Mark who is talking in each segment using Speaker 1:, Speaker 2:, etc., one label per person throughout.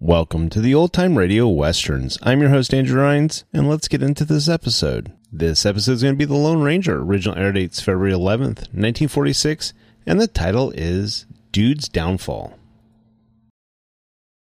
Speaker 1: Welcome to the Old Time Radio Westerns. I'm your host, Andrew Rhines, and let's get into this episode. This episode is going to be The Lone Ranger. Original air dates February 11th, 1946, and the title is Dude's Downfall.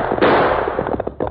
Speaker 2: A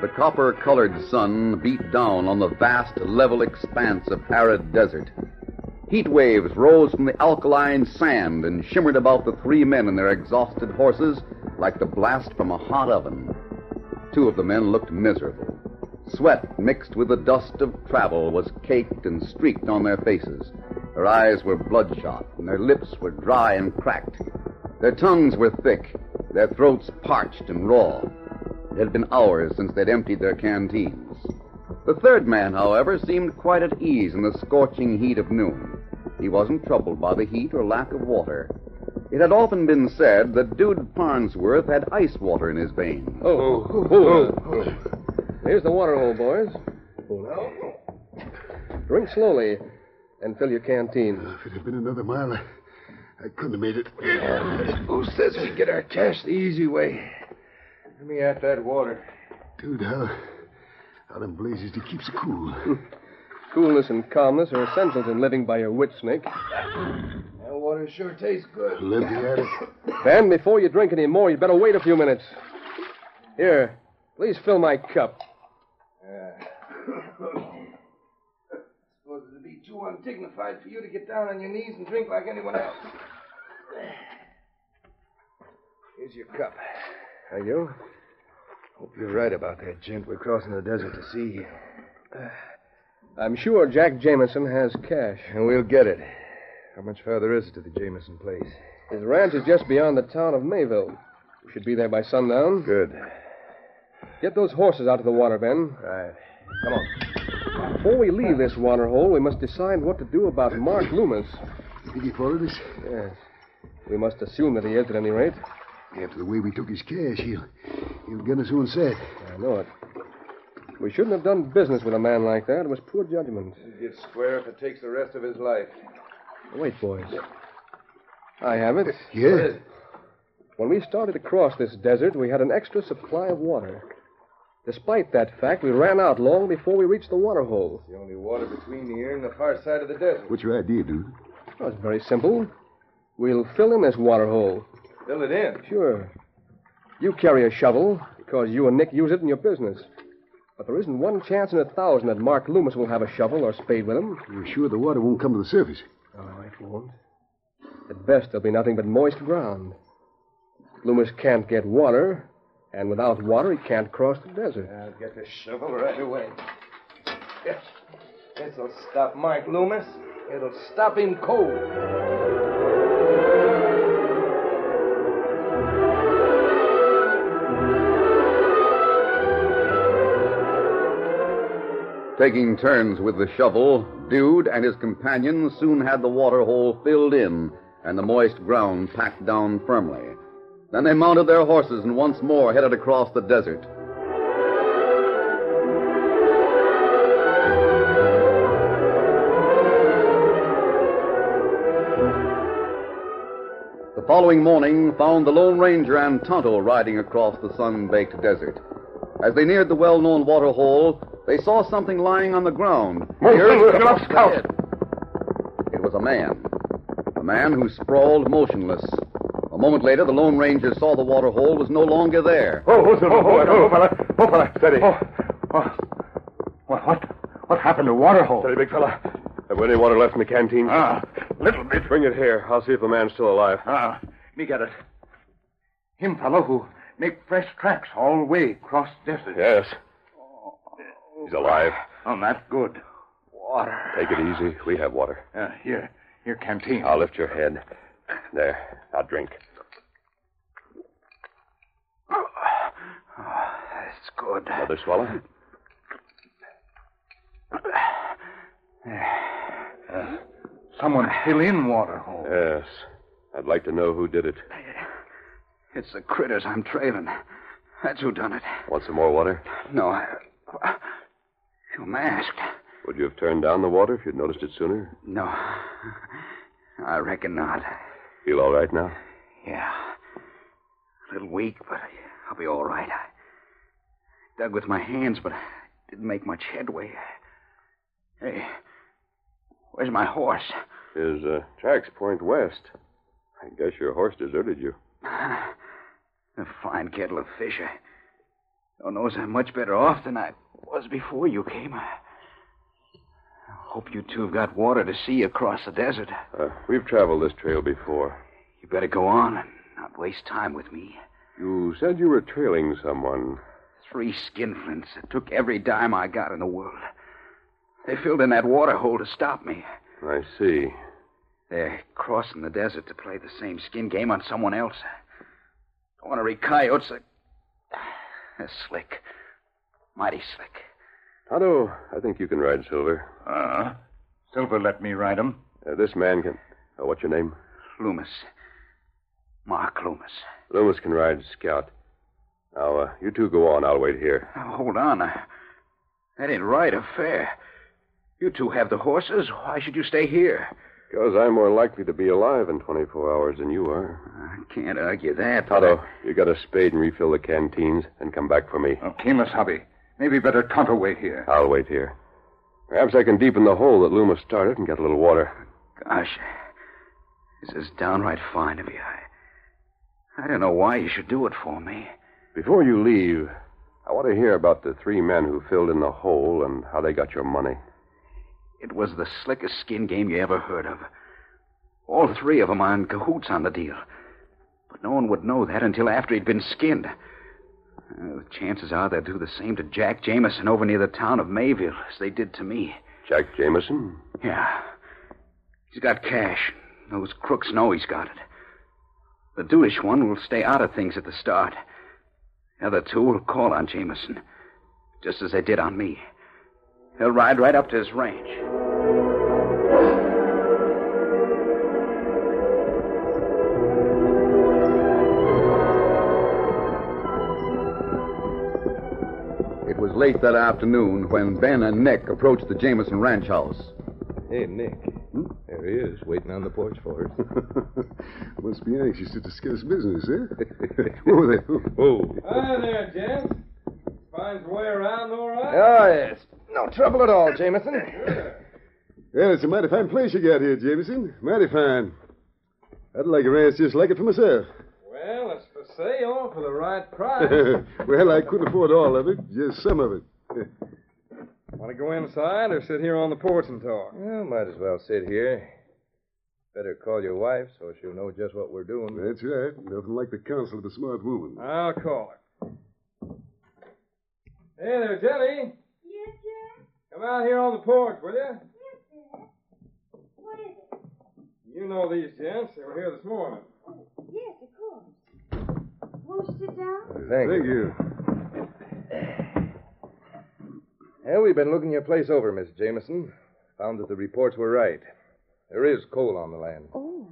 Speaker 2: The copper colored sun beat down on the vast, level expanse of arid desert. Heat waves rose from the alkaline sand and shimmered about the three men and their exhausted horses like the blast from a hot oven. Two of the men looked miserable. Sweat mixed with the dust of travel was caked and streaked on their faces. Their eyes were bloodshot, and their lips were dry and cracked. Their tongues were thick, their throats parched and raw. It had been hours since they'd emptied their canteens. The third man, however, seemed quite at ease in the scorching heat of noon. He wasn't troubled by the heat or lack of water. It had often been said that Dude Farnsworth had ice water in his veins.
Speaker 3: Oh, oh, Here's the water hole, boys. Drink slowly and fill your canteen. Oh, if it had been another mile, I, I couldn't have made it.
Speaker 4: Who says we get our cash the easy way?
Speaker 3: Let me at that water. Dude, how, how them blazes do keeps it cool? Coolness and calmness are essentials in living by your wits, Nick.
Speaker 4: That water sure tastes good.
Speaker 3: Live the Ben, before you drink any more, you better wait a few minutes. Here, please fill my cup.
Speaker 4: Suppose it'd be too undignified for you to get down on your knees and drink like anyone else. Here's your cup.
Speaker 3: Are you?
Speaker 4: Hope you're right about that, gent. We're crossing the desert to see you. Uh,
Speaker 3: I'm sure Jack Jameson has cash.
Speaker 4: And we'll get it. How much farther is it to the Jameson place?
Speaker 3: His ranch is just beyond the town of Mayville. We should be there by sundown. Good. Get those horses out of the water, Ben. Right. Come on. Before we leave this water hole, we must decide what to do about Mark Loomis. You think he followed us? Yes. We must assume that he is, at any rate.
Speaker 4: After the way we took his
Speaker 3: Yes, he'll, he'll get us on set. I know it. We shouldn't have done business with a man like that. It was poor judgment.
Speaker 4: He'll get square if it takes the rest of his life.
Speaker 3: Wait, boys. I have it.
Speaker 4: Yeah. What is it?
Speaker 3: When we started across this desert, we had an extra supply of water. Despite that fact, we ran out long before we reached the water hole.
Speaker 4: The only water between here and the far side of the desert.
Speaker 3: What's your idea, dude? Well, it's very simple. We'll fill in this water hole.
Speaker 4: Fill it in.
Speaker 3: Sure. You carry a shovel, because you and Nick use it in your business. But there isn't one chance in a thousand that Mark Loomis will have a shovel or spade with him. You're sure the water won't come to the surface? Oh, it won't. At best, there'll be nothing but moist ground. Loomis can't get water, and without water, he can't cross the desert.
Speaker 4: I'll get the shovel right away. Yes. This'll stop Mark Loomis. It'll stop him cold.
Speaker 2: Taking turns with the shovel, Dude and his companion soon had the water hole filled in and the moist ground packed down firmly. Then they mounted their horses and once more headed across the desert. The following morning found the Lone Ranger and Tonto riding across the sun baked desert. As they neared the well known water hole, they saw something lying on the ground. Near- It was a man. A man who sprawled motionless. A moment later, the Lone Ranger saw the water hole was no longer there.
Speaker 5: Oh, oh, oh, oh, oh, fella. Oh, fella. Steady. Oh, oh. What, what, what happened to Waterhole? Steady, big fella.
Speaker 6: Have any water left in the canteen?
Speaker 5: Ah,
Speaker 6: little bit. Bring it here. I'll see if the man's still alive.
Speaker 5: Ah, me get it. Him fellow who make fresh tracks all way cross desert.
Speaker 6: Yes. He's alive.
Speaker 5: Oh, that's good. Water.
Speaker 6: Take it easy. We have water.
Speaker 5: Uh, here, here, canteen.
Speaker 6: I'll lift your head. There. Now drink.
Speaker 5: Oh, That's good.
Speaker 6: Another swallow?
Speaker 5: Uh, Someone fill in water hole.
Speaker 6: Yes. I'd like to know who did it.
Speaker 7: It's the critters I'm trailing. That's who done it.
Speaker 6: Want some more water?
Speaker 7: No, I. You masked.
Speaker 6: Would you have turned down the water if you'd noticed it sooner?
Speaker 7: No. I reckon not.
Speaker 6: Feel all right now?
Speaker 7: Yeah. A little weak, but I'll be all right. I dug with my hands, but I didn't make much headway. Hey, where's my horse?
Speaker 6: His uh, tracks point west. I guess your horse deserted you.
Speaker 7: A fine kettle of fish. I don't know as I'm much better off than I was before you came. I hope you two have got water to see across the desert.
Speaker 6: Uh, we've traveled this trail before.
Speaker 7: You better go on and not waste time with me.
Speaker 6: You said you were trailing someone.
Speaker 7: Three skinflints that took every dime I got in the world. They filled in that water hole to stop me.
Speaker 6: I see.
Speaker 7: They're crossing the desert to play the same skin game on someone else. Ornery coyotes are. They're slick. Mighty slick.
Speaker 6: Tonto, I think you can ride Silver.
Speaker 7: Uh-huh.
Speaker 6: Silver let me ride him. this man can. Uh, what's your name?
Speaker 7: Loomis. Mark Loomis.
Speaker 6: Loomis can ride Scout. Now, uh, you two go on. I'll wait here.
Speaker 7: Oh, hold on. I- That ain't right or fair. You two have the horses. Why should you stay here?
Speaker 6: Because I'm more likely to be alive in 24 hours than you are.
Speaker 7: I can't argue that.
Speaker 6: Tonto, you got a spade and refill the canteens, and come back for me.
Speaker 7: Oh,
Speaker 8: Okay, Masabi. Maybe better Tonto wait here.
Speaker 6: I'll wait here. Perhaps I can deepen the hole that Loomis started and get a little water.
Speaker 7: Gosh, this is downright fine of you. I, I don't know why you should do it for me.
Speaker 6: Before you leave, I want to hear about the three men who filled in the hole and how they got your money.
Speaker 7: It was the slickest skin game you ever heard of. All three of 'em are in cahoots on the deal. But no one would know that until after he'd been skinned. Uh, chances are they'll do the same to Jack Jameson over near the town of Mayville as they did to me.
Speaker 6: Jack Jameson?
Speaker 7: Yeah. He's got cash. Those crooks know he's got it. The Dootish one will stay out of things at the start. The other two will call on Jameson, just as they did on me. They'll ride right up to his range.
Speaker 2: It was late that afternoon when Ben and Nick approached the Jameson ranch house.
Speaker 4: Hey, Nick. There he is, waiting on the porch for us.
Speaker 9: Must be anxious to discuss business, eh? Whoa there. Whoa.
Speaker 3: Hi there, gents. Finds way around all right?
Speaker 9: Oh, yes.
Speaker 3: No trouble at all, Jameson.
Speaker 9: Well, it's a mighty fine place you got here, Jameson. Mighty fine. I'd like a ranch just like it for myself.
Speaker 3: well, it's for sale for the right price.
Speaker 9: well, I couldn't afford all of it, just some of it.
Speaker 3: Want to go inside or sit here on the porch and talk?
Speaker 4: Well, might as well sit here. Better call your wife so she'll know just what we're doing.
Speaker 9: That's right. Nothing like the counsel of a smart woman.
Speaker 3: I'll call her. Hey there, Jelly.
Speaker 10: Yes, sir.
Speaker 3: Come out here on the porch, will you?
Speaker 10: Yes, sir. What is it?
Speaker 3: You know these gents. They were here this morning.
Speaker 10: Oh, yes, of course. Won't you sit down?
Speaker 4: Thank,
Speaker 9: you.
Speaker 4: Yeah, we've been looking your place over, Miss Jameson. Found that the reports were right. There is coal on the land.
Speaker 10: Oh.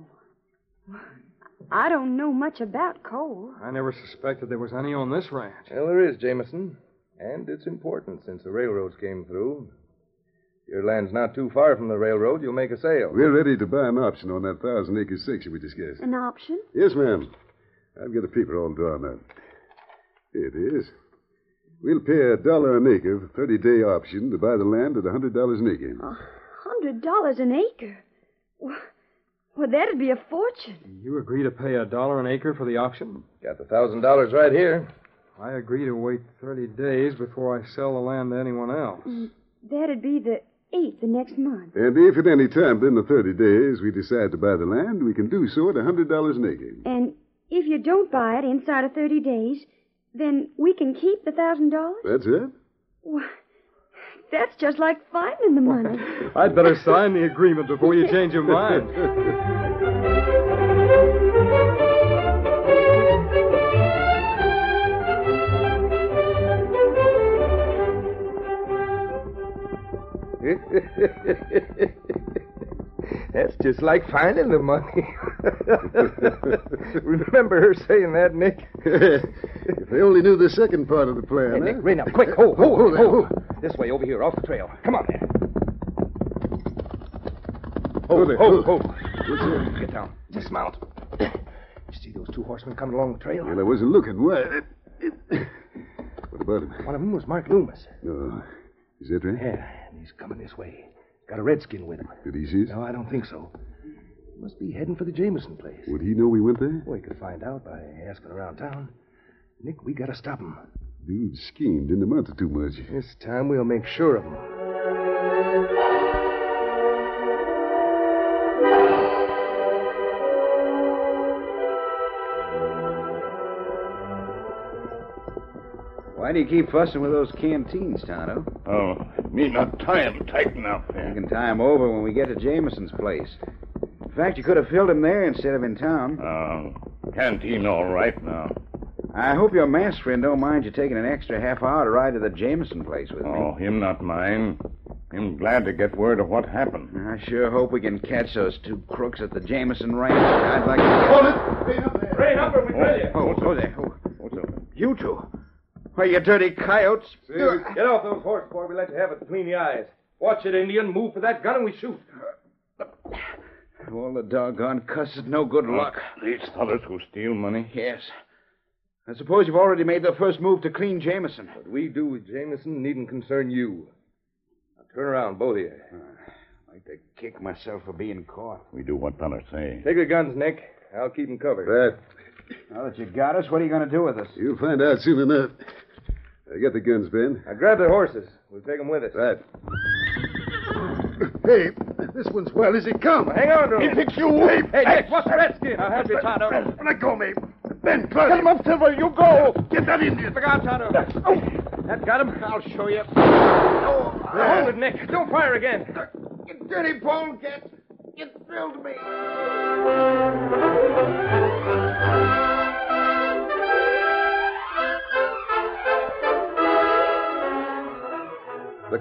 Speaker 10: I don't know much about coal.
Speaker 3: I never suspected there was any on this ranch.
Speaker 4: Well, there is, Jameson. And it's important since the railroads came through. Your land's not too far from the railroad. You'll make a sale.
Speaker 9: We're ready to buy an option on that thousand acre section we discussed.
Speaker 10: An option?
Speaker 9: Yes, ma'am. I've got a paper all drawn up. Here it is. We'll pay a dollar an acre for 30 day option to buy the land at a $100 an acre.
Speaker 3: Uh-huh.
Speaker 10: Hundred dollars an acre. Well, well, that'd be a fortune.
Speaker 3: You agree to pay a dollar an acre for the auction?
Speaker 4: Got the thousand dollars right here.
Speaker 3: I agree to wait 30 days before I sell the land to anyone else.
Speaker 10: Mm, That'd be the eighth of next month.
Speaker 9: And if at any time within the 30 days we decide to buy the land, we can do so at a $100 an acre.
Speaker 10: And if you don't buy it inside of thirty days, then we can keep the thousand dollars.
Speaker 9: That's it?
Speaker 10: Why, That's just like finding the money.
Speaker 3: I'd better sign the agreement before you change your mind.
Speaker 4: That's just like finding the money. Remember her saying that, Nick?
Speaker 9: if they only knew the second part of the plan.
Speaker 4: Hey,
Speaker 9: eh?
Speaker 4: Nick, right now, quick, ho, ho,
Speaker 9: Hold
Speaker 4: ho,
Speaker 9: it,
Speaker 4: ho.
Speaker 9: hold
Speaker 4: This way, over here, off the trail. Come on, man.
Speaker 9: Ho,
Speaker 4: ho,
Speaker 9: ho,
Speaker 4: ho. Get down. Dismount. You see those two horsemen coming along the trail?
Speaker 9: Well, I wasn't looking. Why? What about him?
Speaker 3: One of them was Mark Loomis.
Speaker 9: No. Oh, Is that right?
Speaker 3: Yeah, and he's coming this way. Got a redskin with him.
Speaker 9: Did he see us?
Speaker 3: No, I don't think so. He must be heading for the Jameson place.
Speaker 9: Would he know we went there?
Speaker 3: We could find out by asking around town. Nick, we gotta stop him.
Speaker 9: Dude schemed, didn't amount to too much.
Speaker 3: This time we'll make sure of him.
Speaker 7: Why do you keep fussing with those canteens, Tonto?
Speaker 11: Oh, me not tie 'em tight enough.
Speaker 7: You can tie him over when we get to Jameson's place. In fact, you could have filled him there instead of in town.
Speaker 11: Um, canteen all right now.
Speaker 7: I hope your mass friend don't mind you taking an extra half hour to ride to the Jameson place with me.
Speaker 11: Oh, him not mine. Him glad to get word of what happened.
Speaker 7: I sure hope we can catch those two crooks at the Jameson Ranch. I'd like to.
Speaker 11: Rain up or we drill you.
Speaker 7: Oh, oh, there. Oh, you two. Why, you dirty coyotes.
Speaker 4: Get off those horses before we let you have it between the eyes. Watch it, Indian. Move for that gun and we shoot.
Speaker 7: All the doggone cusses, no good luck.
Speaker 11: These thudders who steal money.
Speaker 7: Yes. I suppose you've already made the first move to clean Jameson.
Speaker 4: What we do with Jameson needn't concern you. Now turn around, both of you.
Speaker 3: Uh,
Speaker 7: I'd like to kick myself for being caught.
Speaker 11: We do what Tonner say.
Speaker 4: Take the guns, Nick. I'll keep them covered.
Speaker 9: Right.
Speaker 7: Now that you got us, what are you going to do with us?
Speaker 9: You'll find out soon enough. I get the guns, Ben.
Speaker 4: Now grab their horses. We'll take them with us.
Speaker 9: Right.
Speaker 8: Hey, this one's well as he come.
Speaker 4: Hang on to him.
Speaker 8: He picks you away.
Speaker 4: Hey, Nick, what's the redskin? I'll have you, Tonto.
Speaker 8: Let go, me. Ben, close.
Speaker 4: Get him up, Silver. You go.
Speaker 8: Get that Indian.
Speaker 4: Look out, Tonto. That got him. I'll show you. Hold it, Nick. Don't fire again.
Speaker 8: You dirty polecat. You drilled me.
Speaker 2: The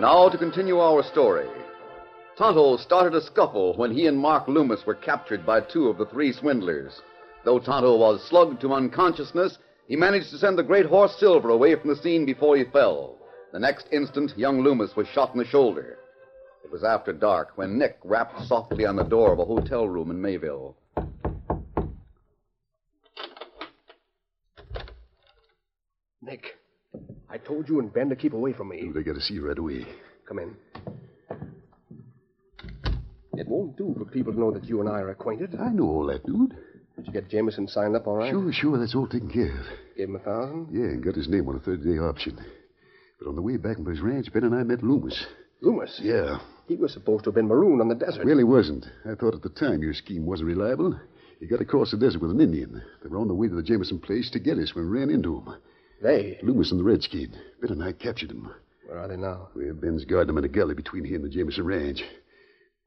Speaker 2: Now to continue our story. Tonto started a scuffle when he and Mark Loomis were captured by two of the three swindlers. Though Tonto was slugged to unconsciousness, he managed to send the great horse Silver away from the scene before he fell. The next instant, young Loomis was shot in the shoulder. It was after dark when Nick rapped softly on the door of a hotel room in Mayville.
Speaker 3: Nick, I told you and Ben to keep away from me.
Speaker 9: They gotta see you right away.
Speaker 3: Come in. It won't do for people to know that you and I are acquainted.
Speaker 9: I know all that, dude.
Speaker 3: Did you get Jameson signed up all right?
Speaker 9: Sure, sure, that's all taken care of.
Speaker 3: Gave him a thousand?
Speaker 9: Yeah, and got his name on a 30 day option. But on the way back from his ranch, Ben and I met Loomis.
Speaker 3: Loomis?
Speaker 9: Yeah.
Speaker 3: He was supposed to have been marooned on the desert.
Speaker 9: Really wasn't. I thought at the time your scheme wasn't reliable. He got across the desert with an Indian. They were on the way to the Jameson place to get us when we ran into him.
Speaker 3: They?
Speaker 9: Loomis and the Redskin. Ben and I captured him.
Speaker 3: Where are they now?
Speaker 9: Well, Ben's guarding him in a gully between here and the Jameson Ranch.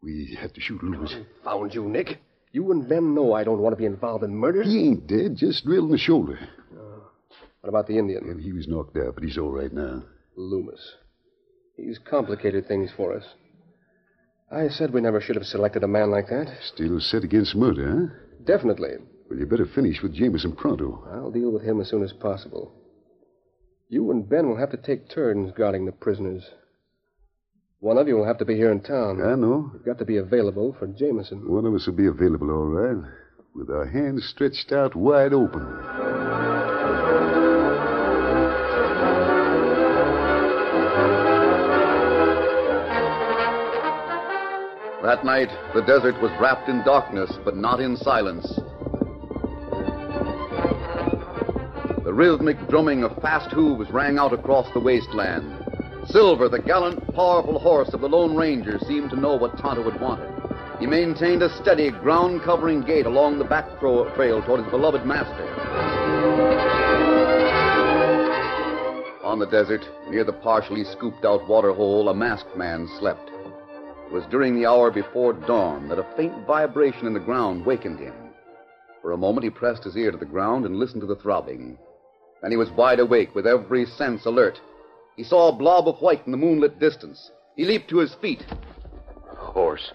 Speaker 9: We had to shoot Loomis.
Speaker 3: Found you, Nick. You and Ben know I don't want to be involved in murders.
Speaker 9: He ain't dead, just drilled in the shoulder.
Speaker 3: Uh, What about the Indian?
Speaker 9: And he was knocked out, but he's all right now.
Speaker 3: Loomis. He's complicated things for us. I said we never should have selected a man like that.
Speaker 9: Still set against murder, huh?
Speaker 3: Definitely.
Speaker 9: Well, you better finish with Jameson pronto.
Speaker 3: I'll deal with him as soon as possible. You and Ben will have to take turns guarding the prisoners. One of you will have to be here in town.
Speaker 9: I know.
Speaker 3: You've got to be available for Jameson.
Speaker 9: One of us will be available, all right, with our hands stretched out wide open.
Speaker 2: That night, the desert was wrapped in darkness, but not in silence. The rhythmic drumming of fast hooves rang out across the wasteland. Silver, the gallant, powerful horse of the Lone Ranger, seemed to know what Tonto had wanted. He maintained a steady, ground covering gait along the back tro- trail toward his beloved master. On the desert, near the partially scooped out waterhole, a masked man slept. It was during the hour before dawn that a faint vibration in the ground wakened him. For a moment, he pressed his ear to the ground and listened to the throbbing. Then he was wide awake, with every sense alert. He saw a blob of white in the moonlit distance. He leaped to his feet. Horse.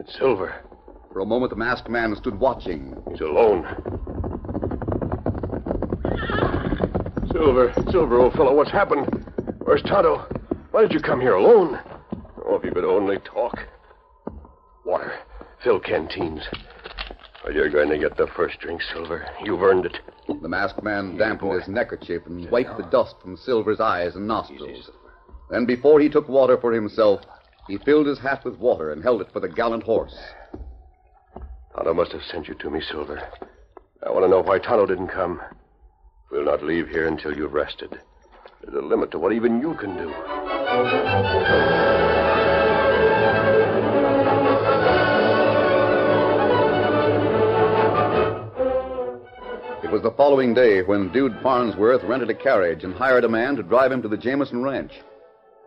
Speaker 2: It's Silver. For a moment, the masked man stood watching. He's alone.
Speaker 6: Silver, Silver, old fellow, what's happened? Where's Tonto? Why did you come here alone? Oh, if you could only talk. Water. Fill canteens. Well, you're going to get the first drink, Silver. You've earned it.
Speaker 2: The masked man dampened his neckerchief and wiped the dust from Silver's eyes and nostrils. Then, before he took water for himself, he filled his hat with water and held it for the gallant horse.
Speaker 6: Tonto must have sent you to me, Silver. I want to know why Tonto didn't come. We'll not leave here until you've rested. There's a limit to what even you can do.
Speaker 2: It was the following day when Dude Farnsworth rented a carriage and hired a man to drive him to the Jameson Ranch.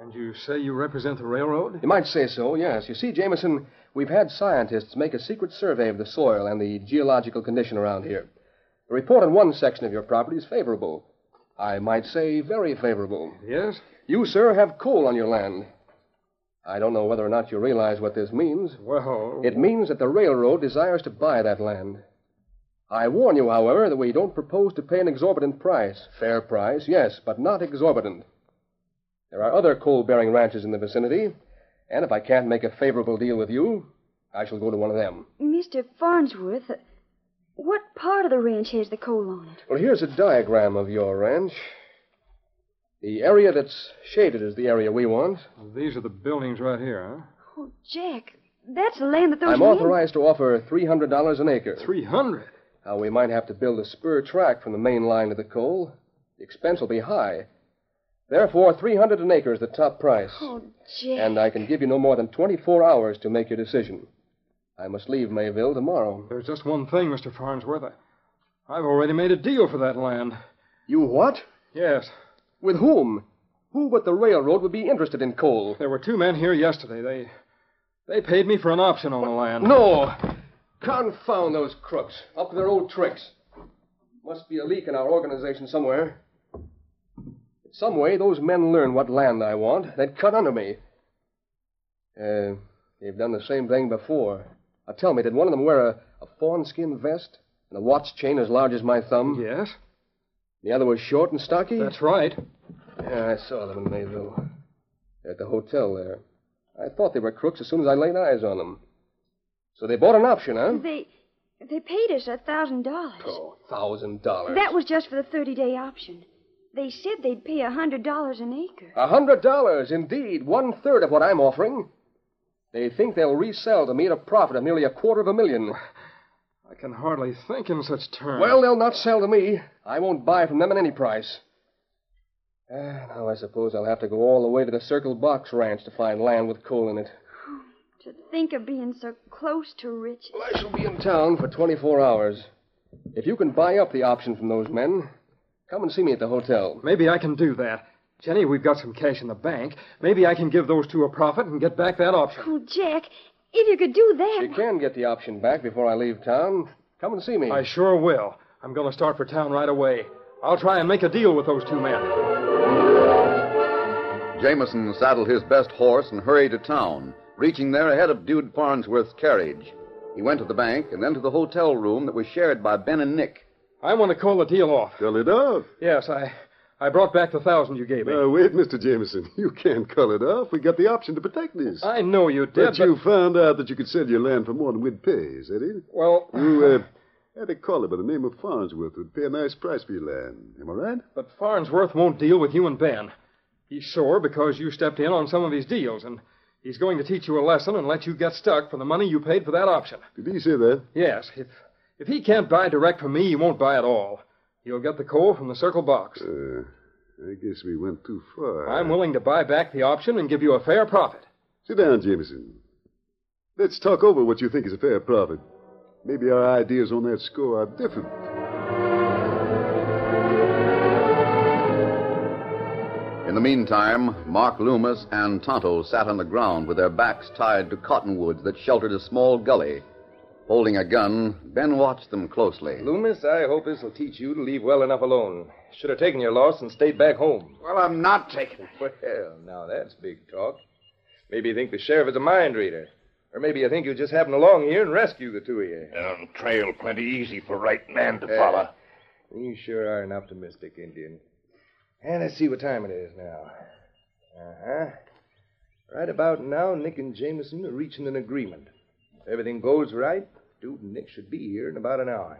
Speaker 3: And you say you represent the railroad? You might say so, yes. You see, Jameson, we've had scientists make a secret survey of the soil and the geological condition around here. The report on one section of your property is favorable. I might say very favorable. Yes? You, sir, have coal on your land. I don't know whether or not you realize what this means. Well. It means that the railroad desires to buy that land. I warn you, however, that we don't propose to pay an exorbitant price. Fair price, yes, but not exorbitant. There are other coal bearing ranches in the vicinity, and if I can't make a favorable deal with you, I shall go to one of them.
Speaker 10: Mr. Farnsworth, what part of the ranch has the coal on it?
Speaker 3: Well, here's a diagram of your ranch. The area that's shaded is the area we want.
Speaker 8: These are the buildings right here,
Speaker 10: Oh, Jack, that's the land that those
Speaker 3: I'm
Speaker 10: men-
Speaker 3: authorized to offer $300 an acre. 300 Now, we might have to build a spur track from the main line to the coal. The expense will be high. Therefore, 300 an acre is the top price.
Speaker 10: Oh, Jack.
Speaker 3: And I can give you no more than 24 hours to make your decision. I must leave Mayville tomorrow.
Speaker 8: There's just one thing, Mr. Farnsworth. I, I've already made a deal for that land.
Speaker 3: You what?
Speaker 8: Yes.
Speaker 3: With whom? Who but the railroad would be interested in coal?
Speaker 8: There were two men here yesterday. They they paid me for an option on the land.
Speaker 3: No! Confound those crooks. Up to their old tricks. Must be a leak in our organization somewhere. Some way, those men learn what land I want. They'd cut under me. Uh, they've done the same thing before. Now tell me, did one of them wear a, a fawn skin vest and a watch chain as large as my thumb? Yes. The other was short and stocky? That's right. Yeah, I saw them in Mayville. They're at the hotel there. I thought they were crooks as soon as I laid eyes on them. So they bought an option, huh?
Speaker 10: They they paid us a thousand dollars.
Speaker 3: Oh, thousand dollars.
Speaker 10: That was just for the thirty day option. They said they'd pay a hundred dollars an acre.
Speaker 3: A hundred dollars, indeed, one third of what I'm offering. They think they'll resell to me at a profit of nearly a quarter of a million.
Speaker 8: I can hardly think in such terms.
Speaker 3: Well, they'll not sell to me. I won't buy from them at any price. Ah, now I suppose I'll have to go all the way to the Circle Box Ranch to find land with coal in it.
Speaker 10: To think of being so close to riches.
Speaker 3: I shall be in Town for 24 hours. If you can buy up the option from those men, come and see me at the hotel.
Speaker 8: Maybe I can do that. Jenny, we've got some cash in the bank. Maybe I can give those two a profit and get back that option.
Speaker 10: Oh, Jack, if you could do that.
Speaker 3: You can get the option back before I leave town. Come and see me.
Speaker 8: I sure will. I'm going to start for town right away. I'll try and make a deal with those two men.
Speaker 2: Jameson saddled his best horse and hurried to town, reaching there ahead of Dude Farnsworth's carriage. He went to the bank and then to the hotel room that was shared by Ben and Nick.
Speaker 8: I want to call the deal off.
Speaker 9: Call it off?
Speaker 8: Yes, I, I brought back the thousand you gave me.
Speaker 9: Now, wait, Mr. Jameson. You can't call it off. We got the option to protect this.
Speaker 8: I know you did.
Speaker 9: But you found out that you could sell your land for more than we'd pay, is that it?
Speaker 8: Well,
Speaker 9: you uh, had a caller by the name of Farnsworth who'd pay a nice price for your land. Am I right?
Speaker 8: But Farnsworth won't deal with you and Ben. He's sore because you stepped in on some of his deals, and He's going to teach you a lesson and let you get stuck for the money you paid for that option.
Speaker 9: Did he say that?
Speaker 8: Yes, if, if he can't buy direct from me, he won't buy at all. He'll get the coal from the circle box.
Speaker 9: Uh, I guess we went too far.
Speaker 8: I'm willing to buy back the option and give you a fair profit.
Speaker 9: Sit down, Jameson. Let's talk over what you think is a fair profit. Maybe our ideas on that score are different.
Speaker 2: In the meantime, Mark Loomis and Tonto sat on the ground with their backs tied to cottonwoods that sheltered a small gully. Holding a gun, Ben watched them closely.
Speaker 3: Loomis, I hope this will teach you to leave well enough alone. Should have taken your loss and stayed back home.
Speaker 5: Well, I'm not taking it.
Speaker 3: Well, now that's big talk. Maybe you think the sheriff is a mind reader. Or maybe you think you just happened along here and rescued the two of you. Eh.
Speaker 6: Down trail plenty easy for right man to
Speaker 3: Yeah.
Speaker 6: follow.
Speaker 3: You sure are an optimistic Indian. And let's see what time it is now. Uh huh. Right about now, Nick and Jameson are reaching an agreement. If everything goes right, Dude and Nick should be here in about an hour.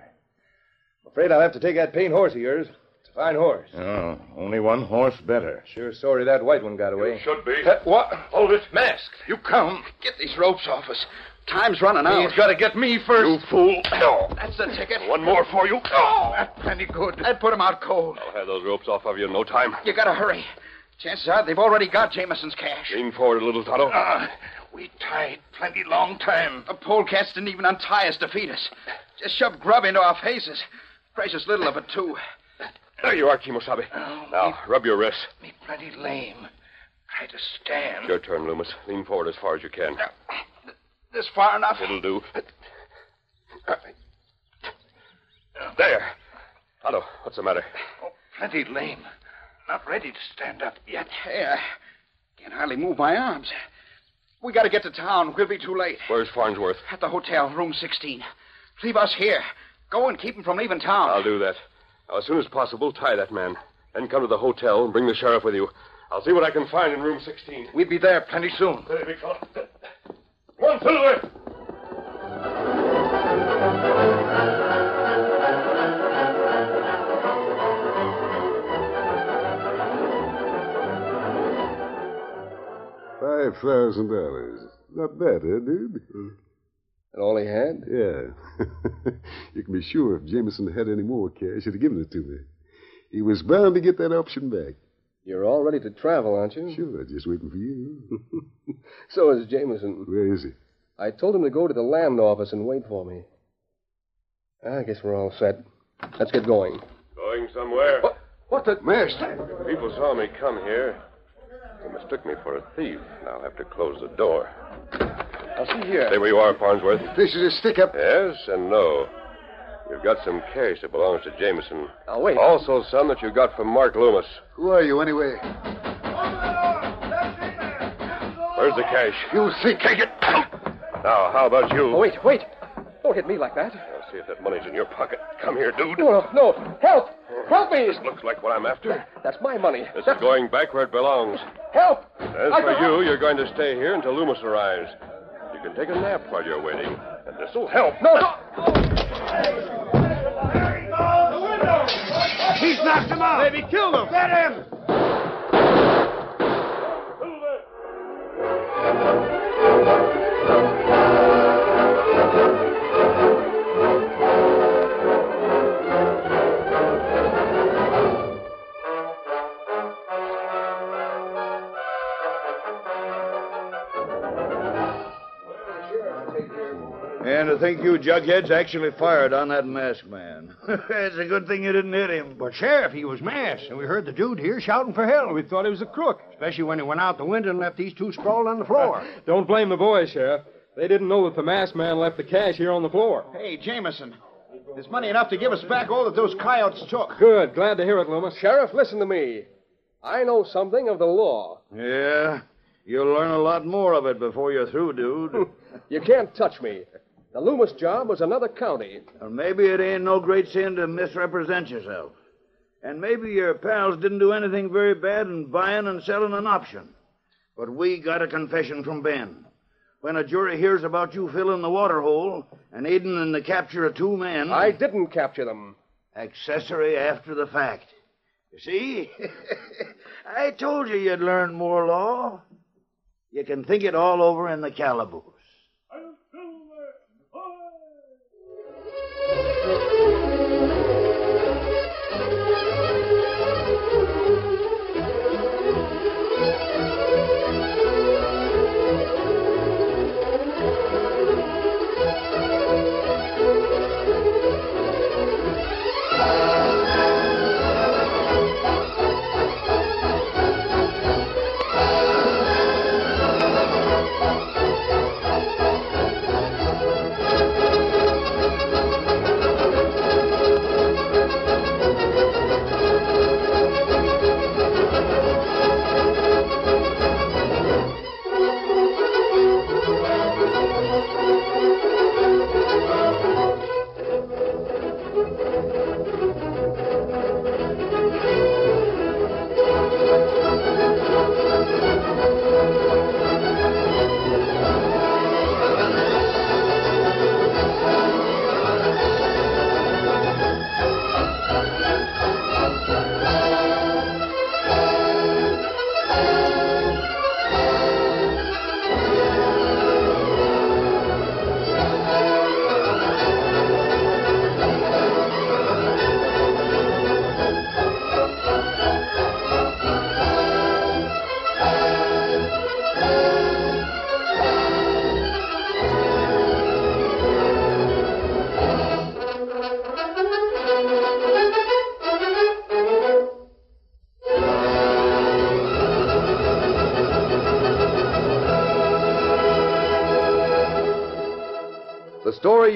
Speaker 3: I'm afraid I'll have to take that paint horse of yours. It's a fine horse.
Speaker 11: Oh, only one horse better.
Speaker 3: Sure, sorry that white one got away.
Speaker 6: Should be.
Speaker 3: what?
Speaker 6: Hold it.
Speaker 5: Mask.
Speaker 6: You come.
Speaker 5: Get these ropes off us. Time's running out.
Speaker 6: He's got to get me first. You fool. No.
Speaker 5: That's the ticket.
Speaker 6: One more for you. Oh,
Speaker 5: that's plenty good. That put him out cold.
Speaker 6: I'll have those ropes off of you in no time.
Speaker 5: You gotta hurry. Chances are they've already got Jameson's cash.
Speaker 6: Lean forward a little, Tonto.
Speaker 5: Ah, we tied plenty long time. The polecats didn't even untie us to feed us. Just shoved grub into our faces. Precious little of it, too.
Speaker 6: there you are, Kimosabe.
Speaker 5: Oh.
Speaker 6: now, rub your wrists.
Speaker 5: Me plenty lame. Try to stand.
Speaker 6: Your turn, Loomis. Lean forward as far as you can.
Speaker 5: This far enough?
Speaker 6: It'll do. There. Tonto, what's the matter?
Speaker 5: Plenty lame. Not ready to stand up yet. Here. Can't hardly move my arms. We gotta get to town. We'll be too late.
Speaker 6: Where's Farnsworth?
Speaker 5: At the hotel, room 16. Leave us here. Go and keep him from leaving town.
Speaker 6: I'll do that. Now, as soon as possible, tie that man. Then come to the hotel and bring the sheriff with you. I'll see what I can find in room 16.
Speaker 5: We'll be there plenty soon.
Speaker 6: Hey, big fella. One, Silver!
Speaker 9: Five thousand dollars. Not bad, eh, dude?
Speaker 3: And all he had?
Speaker 9: Yeah. you can be sure if Jameson had any more cash, he'd have given it to me. He was bound to get that option back.
Speaker 3: You're all ready to travel, aren't you?
Speaker 9: Sure, just waiting for you.
Speaker 3: So is Jameson.
Speaker 9: Where is he?
Speaker 3: I told him to go to the land office and wait for me. I guess we're all set. Let's get going.
Speaker 6: Going somewhere. What,
Speaker 3: what the...
Speaker 6: Master! People saw me come here. They mistook me for a thief. Now I'll have to close the door.
Speaker 5: I'll see here.
Speaker 6: Stay where you are, Farnsworth.
Speaker 5: This is a stick up.
Speaker 6: Yes and no. You've got some cash that belongs to Jameson.
Speaker 5: Now, wait.
Speaker 6: Also some that you got from Mark Loomis.
Speaker 5: Who are you, anyway?
Speaker 6: Where's the cash?
Speaker 5: You think I get.
Speaker 6: Now, how about you?
Speaker 3: Oh, wait, wait. Don't hit me like that.
Speaker 6: I'll see if that money's in your pocket. Come here, dude.
Speaker 3: No, no, no. Help! Help me!
Speaker 6: This looks like what I'm after.
Speaker 3: That's my money.
Speaker 6: This is going back where it belongs.
Speaker 3: Help!
Speaker 6: As for you, you're going to stay here until Loomis arrives. You can take a nap while you're waiting, and this will help.
Speaker 5: No, no. He's knocked him out. Maybe killed him. Get him.
Speaker 12: And to think you jugheads actually fired on that masked man.
Speaker 13: it's a good thing you didn't hit him. But, Sheriff, he was masked, and we heard the dude here shouting for help. We thought he was a crook. Especially when he went out the window and left these two sprawled on the floor.
Speaker 8: Uh, Don't blame the boys, Sheriff. They didn't know that the masked man left the cash here on the floor.
Speaker 13: Hey, Jameson, there's money enough to give us back all that those coyotes took.
Speaker 8: Good. Glad to hear it, Loomis.
Speaker 3: Sheriff, listen to me. I know something of the law.
Speaker 12: Yeah, you'll learn a lot more of it before you're through, dude.
Speaker 3: You can't touch me. The Loomis job was another county.
Speaker 12: and maybe it ain't no great sin to misrepresent yourself. And maybe your pals didn't do anything very bad in buying and selling an option. But we got a confession from Ben. When a jury hears about you filling the water hole and aiding in the capture of two men.
Speaker 3: I didn't capture them.
Speaker 12: Accessory after the fact. You see? I told you you'd learn more law. You can think it all over in the calaboose.
Speaker 2: The story